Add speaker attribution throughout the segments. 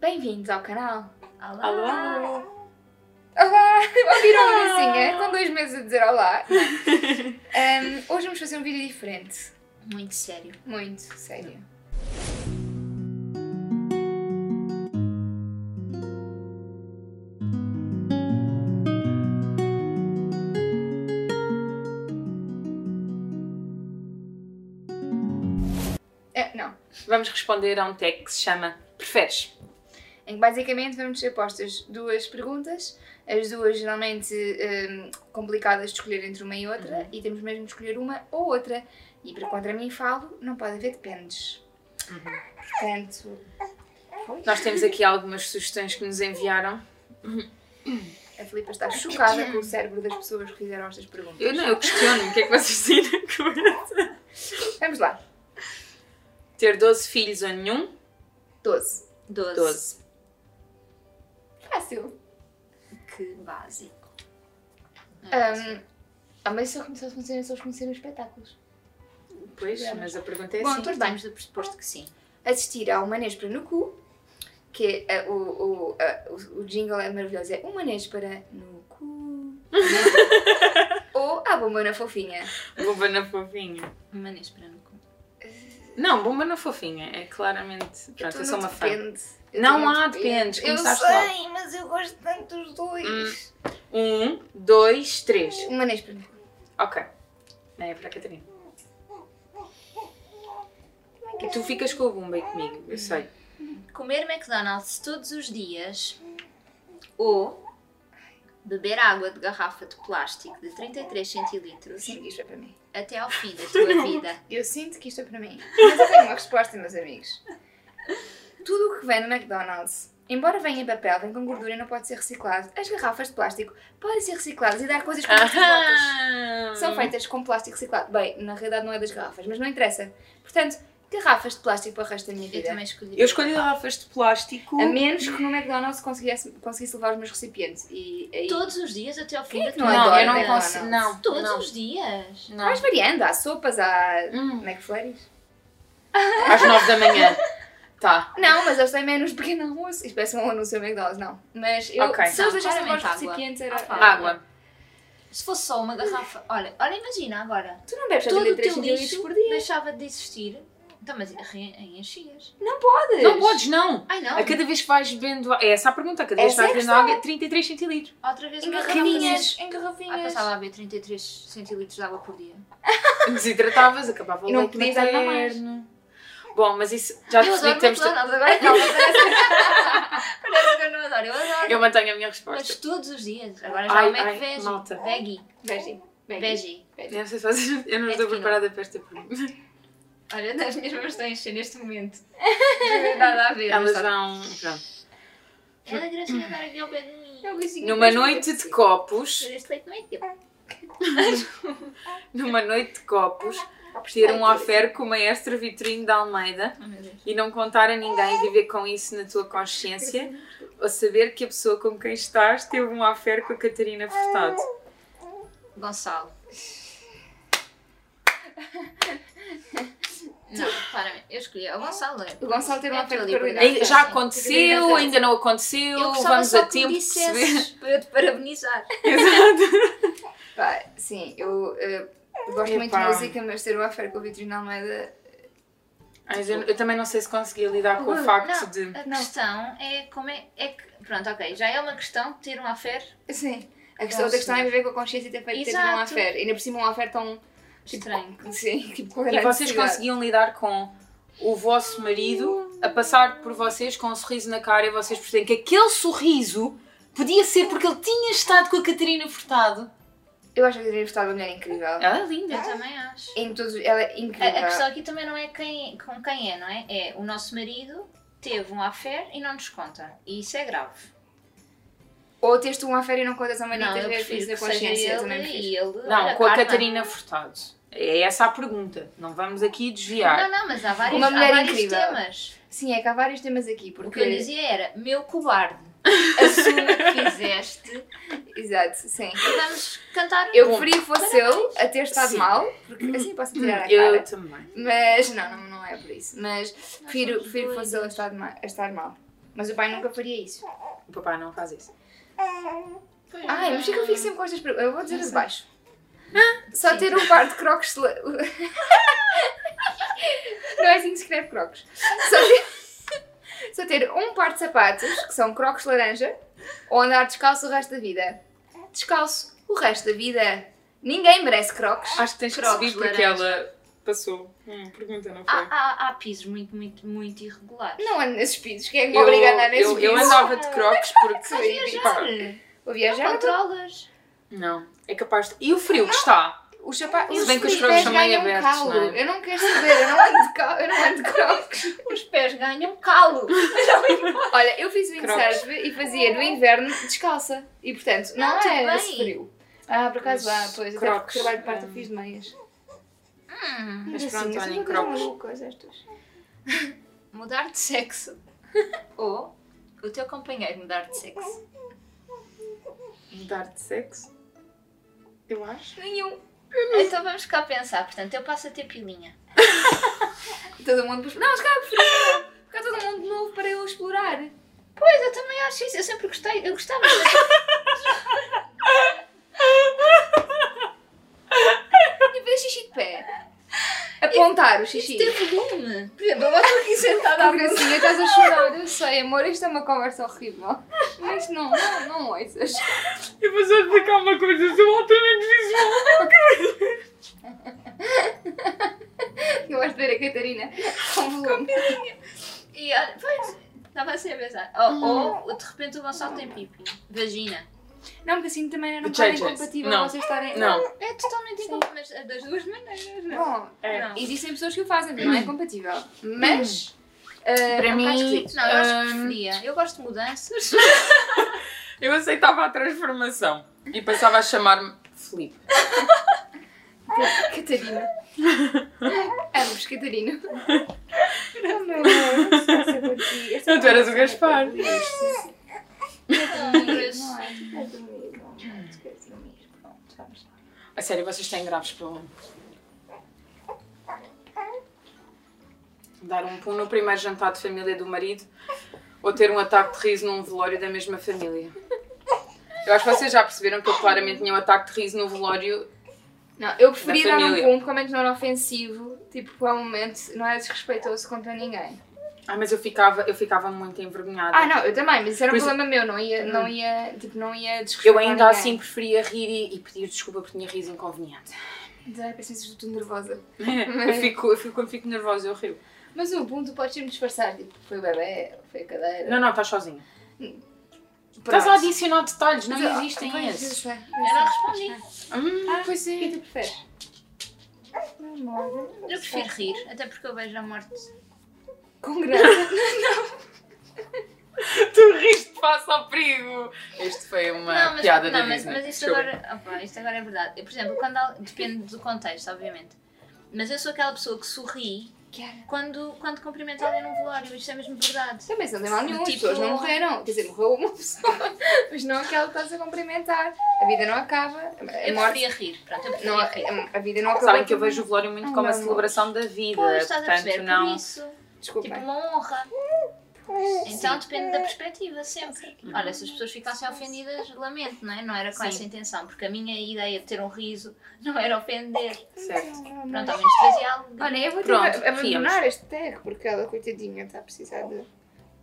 Speaker 1: Bem-vindos ao canal!
Speaker 2: Alô,
Speaker 3: Alô,
Speaker 1: Olá! Ouviram a gracinha? Com dois meses a dizer olá! Ahm, hoje vamos fazer um vídeo diferente.
Speaker 2: Muito sério.
Speaker 1: Muito sério. É, não.
Speaker 3: Vamos responder a um tag que se chama Preferes?
Speaker 1: em que basicamente vamos ser postas duas perguntas, as duas geralmente hum, complicadas de escolher entre uma e outra,
Speaker 3: Uhum.
Speaker 1: e temos mesmo de escolher uma ou outra. E para contra mim falo, não pode haver dependes. Portanto,
Speaker 3: Nós temos aqui algumas sugestões que nos enviaram.
Speaker 1: a Filipa está chocada com o cérebro das pessoas que fizeram estas perguntas.
Speaker 3: Eu não, eu questiono o que é que vocês têm na cabeça.
Speaker 1: Vamos lá.
Speaker 3: Ter 12 filhos ou nenhum?
Speaker 1: 12.
Speaker 2: Doze.
Speaker 3: 12.
Speaker 1: Fácil.
Speaker 2: Que básico.
Speaker 1: Hum, ah, mas isso só começou a funcionar se eles conhecerem os espetáculos.
Speaker 3: Pois, mas a pergunta é
Speaker 2: Bom,
Speaker 3: assim.
Speaker 2: assim, partimos do pressuposto que sim.
Speaker 1: Assistir a Uma Nespra no Cu, que é, ah, o, o, ah, o, o jingle é maravilhoso, é Uma Nespra no Cu. né? ou a Bomba na Fofinha.
Speaker 3: Bomba na fofinha.
Speaker 2: Uma néspera no cu.
Speaker 3: Não, bomba na fofinha. É claramente. Pronto, eu,
Speaker 1: Tu
Speaker 3: sou
Speaker 1: não
Speaker 3: uma fã.
Speaker 1: depende. Eu
Speaker 3: Não
Speaker 1: também
Speaker 3: há
Speaker 1: depende.
Speaker 3: dependes,
Speaker 1: Eu
Speaker 3: começaste
Speaker 1: sei, mas eu gosto tanto dos dois.
Speaker 3: Um, dois, três.
Speaker 1: Uma Nespra no Cu.
Speaker 3: Ok. É para a Catarina. E tu ficas com o bomba e comigo, eu sei.
Speaker 2: Comer McDonald's todos os dias ou beber água de garrafa de plástico de 33
Speaker 1: Eu
Speaker 2: centilitros
Speaker 1: sinto que isto é para mim.
Speaker 2: até ao fim da tua vida.
Speaker 1: Eu sinto que isto é para mim. Mas eu tenho uma resposta, meus amigos. Tudo o que vem no McDonald's, embora venha em papel, vem com gordura e não pode ser reciclado. As garrafas de plástico podem ser recicladas e dar coisas como estas botas. São feitas com plástico reciclado. Bem, na realidade não é das garrafas, mas não interessa. Portanto, garrafas de plástico para o resto da minha
Speaker 2: Eu
Speaker 1: vida.
Speaker 2: também escolhi.
Speaker 3: Eu escolhi garrafas de plástico.
Speaker 1: A menos que no McDonald's conseguisse, conseguisse levar os meus recipientes. E aí.
Speaker 2: Todos os dias até ao fim da
Speaker 1: é que não
Speaker 2: tua
Speaker 3: Não,
Speaker 1: adora
Speaker 3: eu não
Speaker 1: McDonald's.
Speaker 3: consigo. Não,
Speaker 2: Todos
Speaker 3: não.
Speaker 2: os dias.
Speaker 3: Não.
Speaker 1: Vais variando, há sopas, há é
Speaker 3: Hum,
Speaker 1: McFlurries.
Speaker 3: Às nove da manhã. Tá.
Speaker 1: Não, mas eles têm menos pequeno almoço. Isto parece um anúncio do McDonald's, não. Mas eu,
Speaker 3: Ok.
Speaker 1: se eles
Speaker 2: Não,
Speaker 1: deixassem levar os
Speaker 2: claramente água.
Speaker 1: recipientes, era.
Speaker 2: Ah, pá.
Speaker 3: Água.
Speaker 2: Se fosse só uma garrafa. Olha, olha, imagina agora.
Speaker 1: Tu não bebes
Speaker 2: Todo o
Speaker 1: 33
Speaker 2: teu
Speaker 1: centilitros
Speaker 2: lixo
Speaker 1: por dia?
Speaker 2: deixava de existir. Então, mas re- enchias.
Speaker 1: Podes.
Speaker 3: Não podes, não.
Speaker 2: Ai não,
Speaker 3: A cada vez que vais bebendo água. É essa a pergunta. A cada vez que
Speaker 1: Essa é
Speaker 3: vais
Speaker 1: a
Speaker 3: bebendo água é 33 centilitros.
Speaker 2: outra vez
Speaker 1: Em
Speaker 2: uma
Speaker 1: garrafinhas. Em
Speaker 2: Ah,
Speaker 1: garrafinhas.
Speaker 2: passava a beber 33 centilitros de água por dia.
Speaker 3: Desidratavas, acabava o
Speaker 1: E não
Speaker 3: leite
Speaker 1: podias dar nada mais.
Speaker 3: materno. Bom, mas isso já
Speaker 2: eu
Speaker 3: percebi
Speaker 2: adoro
Speaker 3: que temos.
Speaker 2: McDonald's, agora calma, parece- parece que eu não adoro, eu adoro.
Speaker 3: Eu mantenho a minha
Speaker 2: Mas
Speaker 3: resposta.
Speaker 2: todos os dias, agora já É.
Speaker 3: Ai,
Speaker 2: o Mac
Speaker 3: ai,
Speaker 2: veggie,
Speaker 3: malta.
Speaker 2: veggie,
Speaker 1: Veggie. Veggie.
Speaker 2: veggie.
Speaker 3: Eu não sei se vocês. Eu não estou
Speaker 2: É de quinoa.
Speaker 3: preparada para esta pergunta.
Speaker 2: Olha, as minhas mãos estão a encher neste momento. Não tem nada a ver.
Speaker 3: Elas
Speaker 2: mas tá-
Speaker 3: vão. Pronto.
Speaker 2: Ela é gracinha agora aqui ao pé de mim.
Speaker 1: É o bichinho que
Speaker 3: Numa
Speaker 1: faz
Speaker 3: noite
Speaker 1: muito
Speaker 3: de
Speaker 1: bem.
Speaker 3: copos.
Speaker 2: Mas este leite não é teu.
Speaker 3: Numa noite de copos. Ter um affair com o maestro Vitorino de Almeida.
Speaker 2: Oh, meu Deus.
Speaker 3: e não contar a ninguém, viver com isso na tua consciência, ou saber que a pessoa com quem estás teve um affair com a Catarina Furtado.
Speaker 2: Gonçalo. Não, claramente. Eu escolhi o Gonçalo. é-
Speaker 1: O Gonçalo teve
Speaker 2: é
Speaker 1: uma oferta
Speaker 2: tudo
Speaker 1: de
Speaker 2: igual.
Speaker 1: qualidade.
Speaker 3: Já
Speaker 1: Catarina
Speaker 3: aconteceu,
Speaker 1: Furtado.
Speaker 3: ainda não aconteceu,
Speaker 2: Eu gostava
Speaker 3: vamos
Speaker 2: só
Speaker 3: a
Speaker 2: que
Speaker 3: tempo
Speaker 2: me
Speaker 3: de perceber.
Speaker 2: dissesses para eu te parabenizar.
Speaker 1: Pá, sim, eu eh, gosto muito de
Speaker 3: Epá.
Speaker 1: música, mas ter uma affair com o Vitorino Almeida.
Speaker 3: Mas eu, eu também não sei se conseguia lidar com o facto
Speaker 2: não,
Speaker 3: de.
Speaker 2: A
Speaker 1: Não.
Speaker 2: questão é como é, é que. Pronto, ok, já é uma questão de ter uma fé.
Speaker 1: Sim. A questão, outra
Speaker 2: sim.
Speaker 1: questão é viver com a consciência e ter feito ter tido um
Speaker 2: Exato.
Speaker 1: affair. Ainda por cima, um affair tão.
Speaker 2: Estranho.
Speaker 1: Sim, tipo, com
Speaker 3: E
Speaker 1: grande
Speaker 3: vocês
Speaker 1: seriedade.
Speaker 3: conseguiam lidar com o vosso marido a passar por vocês com um sorriso na cara e vocês perceberem que aquele sorriso podia ser porque ele tinha estado com a Catarina Furtado.
Speaker 1: Eu acho que a Catarina Furtado é uma mulher incrível.
Speaker 3: Ela é linda.
Speaker 2: Eu também acho.
Speaker 1: Em todos, ela é
Speaker 2: A,
Speaker 1: incrível.
Speaker 2: a questão aqui também não é quem, com quem é, não é? É o nosso marido teve um affair e não nos conta. E isso é grave.
Speaker 1: Ou tens tu uma férias e não contas a Maria
Speaker 2: Não,
Speaker 1: ter
Speaker 2: eu prefiro
Speaker 1: vezes
Speaker 2: que
Speaker 1: a
Speaker 2: seja
Speaker 1: consciência. Eu também
Speaker 2: ele
Speaker 1: prefiro.
Speaker 2: e ele.
Speaker 3: Não,
Speaker 2: olha,
Speaker 3: com a
Speaker 2: Carmen.
Speaker 3: Catarina Furtado. É essa a pergunta. Não vamos aqui desviar.
Speaker 2: Não, não, mas há vários,
Speaker 1: Uma
Speaker 2: há
Speaker 1: mulher
Speaker 2: vários
Speaker 1: incrível.
Speaker 2: temas.
Speaker 1: Sim, é que há vários temas aqui,
Speaker 2: O que eu
Speaker 1: porque.
Speaker 2: lhe dizia era, meu cobarde, assume o que fizeste
Speaker 1: Exato, sim.
Speaker 2: e vamos cantar. um.
Speaker 1: Eu
Speaker 3: Bom,
Speaker 1: preferia que fosse eu a ter estado
Speaker 3: Sim.
Speaker 1: mal, porque assim posso tirar a
Speaker 3: Eu
Speaker 1: cara.
Speaker 3: também.
Speaker 1: Mas não, não, não é por isso. Mas prefiro,
Speaker 2: somos
Speaker 1: prefiro que
Speaker 2: doidas.
Speaker 1: fosse ele a estar, ma- a estar mal. Mas o pai nunca faria isso.
Speaker 3: O papai não faz isso.
Speaker 1: Ai, mas por que eu fico sempre com estas perguntas? Eu vou dizer a de baixo. Só ter um par de crocs. de la- Não é assim que se escreve crocs. Só ter... Só ter um par de sapatos, que são crocs laranja, ou andar descalço o resto da vida. Descalço o resto da vida. Ninguém merece crocs.
Speaker 3: Acho que tens que
Speaker 2: Crocs
Speaker 3: subir porque
Speaker 2: laranja. Ah,
Speaker 3: ela passou. Hum, pergunta, não foi?
Speaker 2: Há, há, há pisos muito, muito, muito irregulares.
Speaker 1: Não ando nesses pisos. Quem é que me obriga a andar nesses
Speaker 3: eu, eu
Speaker 1: pisos?
Speaker 3: andava de crocs porque. pá,
Speaker 2: Não
Speaker 1: Vou viajar.
Speaker 2: controlas.
Speaker 3: não, é capaz de. E o frio que está?
Speaker 1: Os sapatos.
Speaker 3: Se
Speaker 1: Os
Speaker 3: bem que os
Speaker 1: sneakers
Speaker 3: crocs são meio
Speaker 1: ganham
Speaker 3: abertos,
Speaker 1: calo.
Speaker 3: não é?
Speaker 1: Eu não quero saber, eu não ando de, cal... eu não ando de crocs.
Speaker 2: Os pés ganham calo.
Speaker 1: Olha, eu fiz
Speaker 3: Crocs.
Speaker 1: windsurf e fazia no inverno descalça. E portanto, não,
Speaker 2: Ah,
Speaker 1: era
Speaker 2: bem.
Speaker 1: esse frio. Ah, por acaso, ah,
Speaker 3: Mas
Speaker 1: pois, até porque
Speaker 3: crocs,
Speaker 1: trabalho de parte eu
Speaker 3: hum.
Speaker 1: fiz de meias.
Speaker 2: Hum,
Speaker 3: Mas
Speaker 1: Assim,
Speaker 3: pronto,
Speaker 1: eu sou
Speaker 3: olhem,
Speaker 1: uma coisa
Speaker 3: crocs.
Speaker 1: maluca, as estas.
Speaker 2: mudar de sexo. Ou o teu companheiro mudar de sexo.
Speaker 3: Mudar de sexo? Eu acho.
Speaker 1: Nenhum.
Speaker 2: Então vamos cá pensar. Portanto, eu passo a ter pilinha.
Speaker 1: Todo mundo. pus- Não, mas cá frio! Ficar todo mundo de novo para eu explorar.
Speaker 2: Pois, eu também acho isso. Eu sempre gostei. Eu gostava.
Speaker 1: E fazer xixi de pé. Apontar o xixi.
Speaker 2: Ter volume. Por exemplo, eu estou aqui sentada
Speaker 1: Ah, Gracinha, estás a chorar, eu sei, amor, isto é uma conversa horrível. Mas não, não, não ouças.
Speaker 3: Eu vou só explicar uma coisa, sou altamente visual.
Speaker 1: Eu gosto de ver a Catarina com volume.
Speaker 2: E olha, pois, estava assim a pensar. Ou, ou, de repente o Gonçalo tem pipi. Vagina.
Speaker 1: Não, porque assim também não
Speaker 3: The
Speaker 1: podem
Speaker 3: changes.
Speaker 1: compatível
Speaker 3: Não.
Speaker 1: vocês estarem.
Speaker 3: Não,
Speaker 2: É totalmente incompatível, mas é das duas maneiras, não é?
Speaker 1: Bom,
Speaker 3: é.
Speaker 2: Não.
Speaker 1: existem pessoas que o fazem, não é compatível. Mas. eh,
Speaker 3: Para mim,
Speaker 2: Não, eu acho que
Speaker 3: hum,
Speaker 2: preferia. Eu gosto de mudanças.
Speaker 3: eu aceitava a transformação e passava a chamar-me Felipe.
Speaker 1: Catarina. É um Ambos, Catarina. Oh meu Deus, o que se é passa contigo? Esta
Speaker 3: Não, tu eras
Speaker 1: conversa
Speaker 3: o
Speaker 1: é
Speaker 3: Gaspar.
Speaker 1: para dormir, sim.
Speaker 2: Mas-
Speaker 1: Não é? Tu queres dormir, não, tu queres dormir, pronto, vamos lá.
Speaker 3: A sério, vocês têm graves para Dar um pum no primeiro jantar de família do marido ou ter um ataque de riso num velório da mesma família. Eu acho que vocês já perceberam que eu claramente tinha um ataque de riso no velório.
Speaker 1: Não, eu preferia
Speaker 3: Da
Speaker 1: dar um
Speaker 3: família.
Speaker 1: pum, pelo menos não era ofensivo, tipo, para um momento, não era desrespeitoso contra ninguém.
Speaker 3: Ah, mas eu ficava, eu ficava muito envergonhada.
Speaker 1: Ah, não, eu também, mas isso era um
Speaker 3: Por isso-
Speaker 1: problema meu, não ia, não ia, tipo, não ia desrespeitar
Speaker 3: Eu ainda assim
Speaker 1: ninguém.
Speaker 3: preferia rir e, e pedir desculpa porque tinha riso inconveniente.
Speaker 1: Ai, parece que estou nervosa.
Speaker 3: eu, fico, eu fico, quando fico nervosa, eu rio.
Speaker 1: Mas o pum, tu podes sempre disfarçar, tipo, foi o bebê, foi a cadeira.
Speaker 3: Não, não, estás sozinha.
Speaker 1: Pronto.
Speaker 3: Estás a adicionar detalhes, não
Speaker 1: Mas, ah,
Speaker 3: existem
Speaker 1: pois, eu
Speaker 3: esses.
Speaker 1: sei, eu
Speaker 2: Eu não
Speaker 1: sei.
Speaker 2: respondi.
Speaker 3: Hum, pois
Speaker 1: O que é
Speaker 3: é.
Speaker 1: que tu preferes? Namoro.
Speaker 2: Eu prefiro rir, até porque eu vejo a morte.
Speaker 1: Com graça.
Speaker 3: Tu riste face ao perigo. Este foi uma
Speaker 2: não, mas,
Speaker 3: piada da
Speaker 2: não, mas,
Speaker 3: Disney.
Speaker 2: mas isto
Speaker 3: Desculpa.
Speaker 2: agora, opa, isto agora é verdade. Eu, por exemplo, quando al- depende do contexto, obviamente. Mas eu sou aquela pessoa que sorri
Speaker 1: Cara.
Speaker 2: quando, quando cumprimento alguém num velório. Isto é mesmo verdade.
Speaker 1: Também se não tem mal nenhum, as
Speaker 2: Tipo-
Speaker 1: pessoas não morreram. Quer dizer, morreu uma pessoa, mas não aquela que estás a cumprimentar. A vida não acaba. A
Speaker 3: É
Speaker 2: Eu
Speaker 1: morte.
Speaker 2: preferia rir. Pronto, eu
Speaker 1: Não,
Speaker 2: preferia rir.
Speaker 1: a, a vida não acaba.
Speaker 3: Sabem que eu vejo o velório muito
Speaker 1: Ai,
Speaker 3: como a
Speaker 1: não, não.
Speaker 3: celebração da vida.
Speaker 2: Pois, estás a
Speaker 3: portanto,
Speaker 2: perceber? Por
Speaker 3: não.
Speaker 2: isso.
Speaker 1: Desculpa.
Speaker 2: Tipo, uma honra. Então depende da perspectiva, sempre. Olha, se as pessoas ficassem ofendidas, lamento, não é? Não era com
Speaker 3: Sim.
Speaker 2: essa intenção, porque a minha ideia de ter um riso não era ofender.
Speaker 3: Certo.
Speaker 2: Pronto, ao menos trazia algo.
Speaker 1: Olha, eu vou
Speaker 3: Pronto,
Speaker 1: tentar abandonar este terra porque ela, coitadinha, está a precisar de.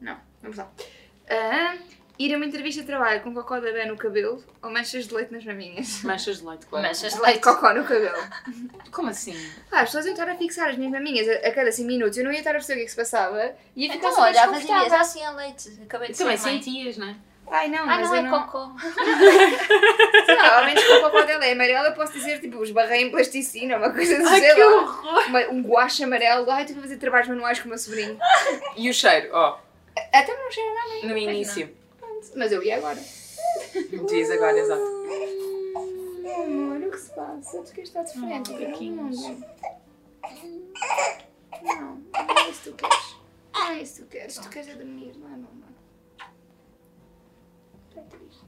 Speaker 1: Não, vamos lá. Ah, ir a uma entrevista de trabalho com cocó da Bé no cabelo ou manchas de leite nas maminhas?
Speaker 3: Manchas de leite, claro.
Speaker 2: Manchas de leite.
Speaker 1: Cocó no cabelo.
Speaker 3: Como assim?
Speaker 1: Pá, as pessoas iam estar a fixar as minhas maminhas a, a cada 5 minutos. Eu não ia estar a perceber o que é que se passava. E ia ficar
Speaker 2: Então,
Speaker 1: super
Speaker 2: olha,
Speaker 1: desconfortável.
Speaker 2: fazias assim a leite. Acabei de
Speaker 3: Tu também
Speaker 2: ser mãe.
Speaker 3: sentias, não é?
Speaker 1: Ai não,
Speaker 2: Ah,
Speaker 1: mas
Speaker 2: não
Speaker 1: eu
Speaker 2: é
Speaker 1: não...
Speaker 2: cocô.
Speaker 1: Sei lá, ao menos com o cocó dela é amarelo, eu posso dizer, tipo, esbarrei em plasticina, uma coisa assim,
Speaker 3: Ai,
Speaker 1: sei
Speaker 2: é,
Speaker 3: que
Speaker 1: lá.
Speaker 3: horror!
Speaker 1: Uma- um guache amarelo. Ai, tive que fazer trabalhos manuais com o meu sobrinho.
Speaker 3: E o cheiro, ó,
Speaker 1: Até não cheira nada,
Speaker 3: no início.
Speaker 1: mas eu ia agora.
Speaker 3: Diz agora, exato.
Speaker 1: É, Amor, o que se passa? Tu queres estar diferente? eu
Speaker 3: Não,
Speaker 1: quero um
Speaker 3: biquinhos.
Speaker 1: mundo. Não, não é isso que tu queres. Não é isso que tu queres. Tu queres é dormir, não é, meu amor? Tu é triste.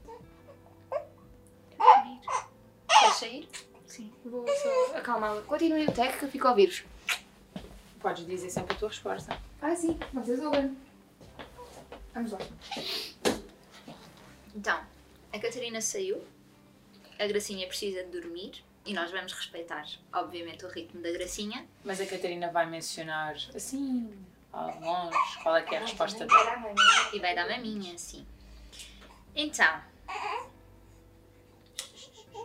Speaker 2: Queres sair?
Speaker 1: Sim, vou só acalmá-la. Continuem o tec que eu fico a ouvir-vos.
Speaker 3: Podes dizer sempre a tua resposta.
Speaker 1: Ah, sim, vocês ouvem. Vamos lá.
Speaker 2: Então, a Catarina saiu, a Gracinha precisa de dormir e nós vamos respeitar, obviamente, o ritmo da Gracinha.
Speaker 3: Mas a Catarina vai mencionar assim, ao longe, qual é que é a resposta dela.
Speaker 1: dela.
Speaker 2: E vai dar maminha, sim. Então,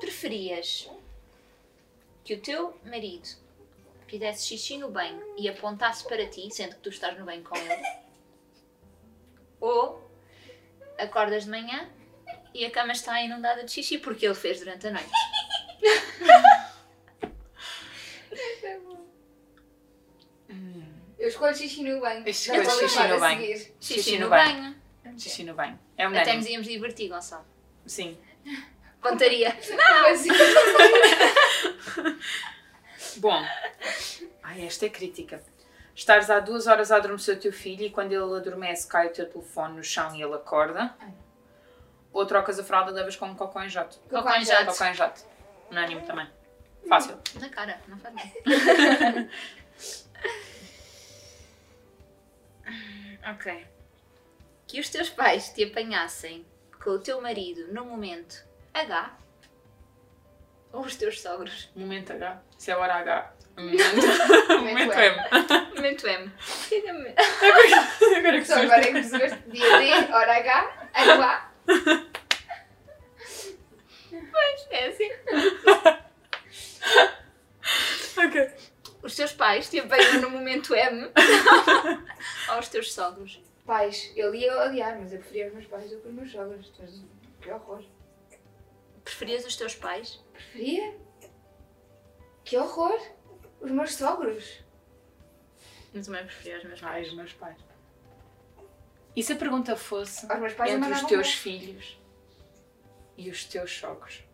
Speaker 2: preferias que o teu marido fizesse xixi no banho e apontasse para ti, sendo que tu estás no banho com ele? Ou acordas de manhã e a cama está inundada de xixi porque ele fez durante a noite?
Speaker 1: Hum. Eu escolho xixi no banho.
Speaker 3: Eu escolho
Speaker 1: vou
Speaker 3: xixi
Speaker 1: levar
Speaker 3: no
Speaker 1: a
Speaker 3: banho.
Speaker 1: seguir.
Speaker 2: Xixi, no banho.
Speaker 3: Xixi no banho. É um
Speaker 2: Até nos íamos divertir, Gonçalo.
Speaker 3: Sim.
Speaker 2: Contaria.
Speaker 1: Mas-
Speaker 3: Bom. Ai, esta é crítica. Estares há duas horas a adormecer o teu filho e quando ele adormece cai o teu telefone no chão e ele acorda. Ou trocas a fralda e levas com um cocó em jato.
Speaker 2: Cocó em jato.
Speaker 3: Cocó em jato. Unânime também. Fácil.
Speaker 2: Na cara, não faz mal. ok. Que os teus pais te apanhassem com o teu marido no momento H ou os teus sogros?
Speaker 3: Momento H. Isso é hora H.
Speaker 1: Momento
Speaker 3: Momento
Speaker 1: M.
Speaker 3: M.
Speaker 2: Momento M.
Speaker 3: Agora que
Speaker 1: Só
Speaker 3: sou
Speaker 1: agora é que percebeste. Dia D, hora H, ano A.
Speaker 2: É assim.
Speaker 3: Ok.
Speaker 2: Os teus pais te apanham no momento M ou os teus sogros?
Speaker 1: Pais, eu ia odiar, mas eu preferia os meus pais do que os meus jogos. um- Que horror.
Speaker 2: Preferias os teus pais?
Speaker 1: Preferia? Que horror! Os meus sogros!
Speaker 2: Eu também preferia os meus
Speaker 3: Ai,
Speaker 2: pais.
Speaker 3: os meus pais. E se a pergunta fosse
Speaker 1: Aos meus pais eu
Speaker 3: entre os
Speaker 1: mandava
Speaker 3: teus
Speaker 1: um
Speaker 3: filhos e os teus sogros?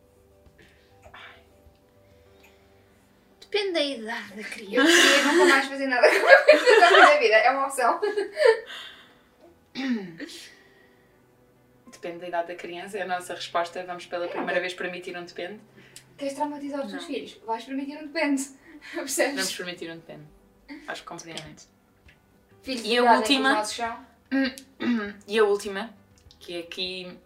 Speaker 2: Depende da idade da
Speaker 1: bom. Eu
Speaker 2: criança.
Speaker 1: preferia nunca mais fazer nada com a minha da vida, é uma opção.
Speaker 3: Depende da idade da criança, é a nossa resposta. Vamos
Speaker 1: É.
Speaker 3: pela primeira vez permitir um depende.
Speaker 1: Queres traumatizar os teus
Speaker 2: Não.
Speaker 1: filhos? Vais permitir um depende.
Speaker 3: Vamos
Speaker 1: Percebes?
Speaker 3: permitir um depende. Acho que compreendem.
Speaker 1: Filhos é
Speaker 3: E a
Speaker 1: cuidadem
Speaker 3: última?
Speaker 1: com os nossos chão.
Speaker 3: E a última, que é aqui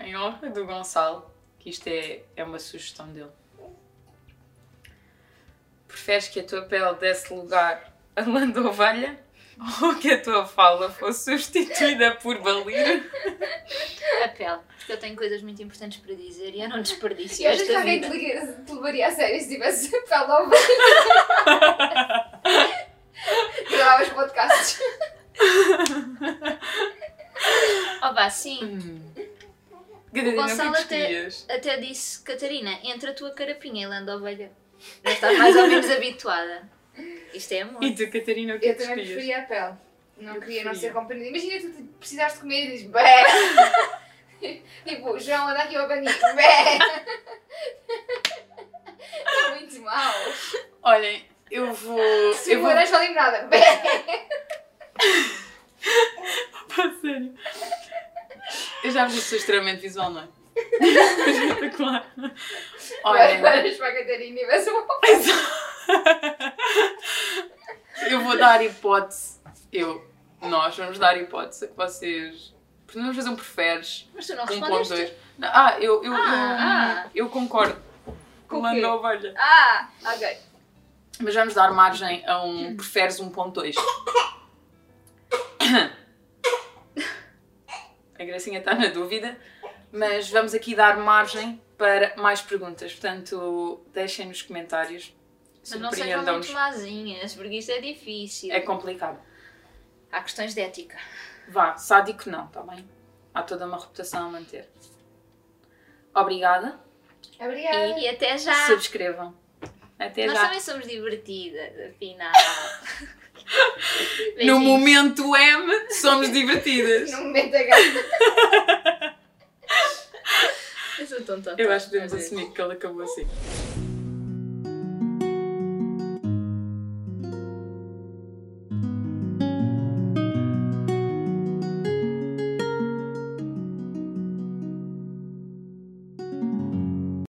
Speaker 3: em honra do Gonçalo, que isto é, é uma sugestão dele. Preferes que a tua pele desse lugar a lã de ovelha ou que a tua fala fosse substituída por balira?
Speaker 2: A pele. Porque eu tenho coisas muito importantes para dizer e eu não desperdício
Speaker 1: E achas que
Speaker 2: esta
Speaker 1: alguém te,
Speaker 2: vida.
Speaker 1: liga, te levaria a sério se tivesse pele ao banho? Gravavas podcasts.
Speaker 2: Oh, vá, sim.
Speaker 1: Hum.
Speaker 3: Catarina,
Speaker 2: Gonçalo
Speaker 3: o que
Speaker 2: até-
Speaker 3: escolhias?
Speaker 2: Até disse, Catarina, entre a tua carapinha e lã de ovelha. Já estás mais ou menos habituada. Isto é amor.
Speaker 3: E tu, Catarina, o que é
Speaker 1: Eu
Speaker 3: que
Speaker 1: também
Speaker 3: escolhias?
Speaker 1: preferia a pele. Não
Speaker 3: Eu
Speaker 1: queria não
Speaker 3: preferia.
Speaker 1: ser compreendida. Imagina tu te- precisares de comer e dizes bé! tipo, João, anda aqui ao banheiro, bé! é muito mau.
Speaker 3: Olhem, eu vou.
Speaker 1: Se
Speaker 3: Eu
Speaker 1: eu
Speaker 3: vou.
Speaker 1: moras valim nada, bé!
Speaker 3: Pá, sério. Eu já vos disse que sou extremamente visual, não é? claro.
Speaker 1: Olha,
Speaker 3: Olhem.
Speaker 1: para a Catarina e vais uma
Speaker 3: Eu vou dar hipótese. Eu, nós vamos dar hipótese a que vocês. Porque não vamos fazer um preferes.
Speaker 2: Mas tu não
Speaker 3: Um ponto
Speaker 2: respondeste.
Speaker 3: dois. Não, Ah, eu, eu,
Speaker 2: Ah,
Speaker 3: eu, eu concordo.
Speaker 1: Com o
Speaker 3: Lã
Speaker 1: quê?
Speaker 3: da ovelha.
Speaker 2: Ah, ok.
Speaker 3: Mas vamos dar margem a um preferes 1.2. A Gracinha está na dúvida, mas vamos aqui dar margem para mais perguntas. Portanto, deixem nos comentários.
Speaker 2: Mas não sejam muito
Speaker 3: Surpreendam-nos.
Speaker 2: mazinhas, porque isto é difícil.
Speaker 3: É complicado.
Speaker 2: Há questões de ética.
Speaker 3: Vá, sádico não, está bem? Há toda uma reputação a manter. Obrigada
Speaker 1: Obrigada.
Speaker 2: E até já.
Speaker 3: subscrevam. Até
Speaker 2: Nós
Speaker 3: já.
Speaker 2: também somos divertidas, afinal.
Speaker 3: No
Speaker 2: Beijinhos.
Speaker 3: momento M, somos divertidas.
Speaker 1: Não me meta gato.
Speaker 2: Eu sou tão tonta.
Speaker 3: Eu acho que devemos
Speaker 2: Adeus.
Speaker 3: assumir um que ele acabou assim.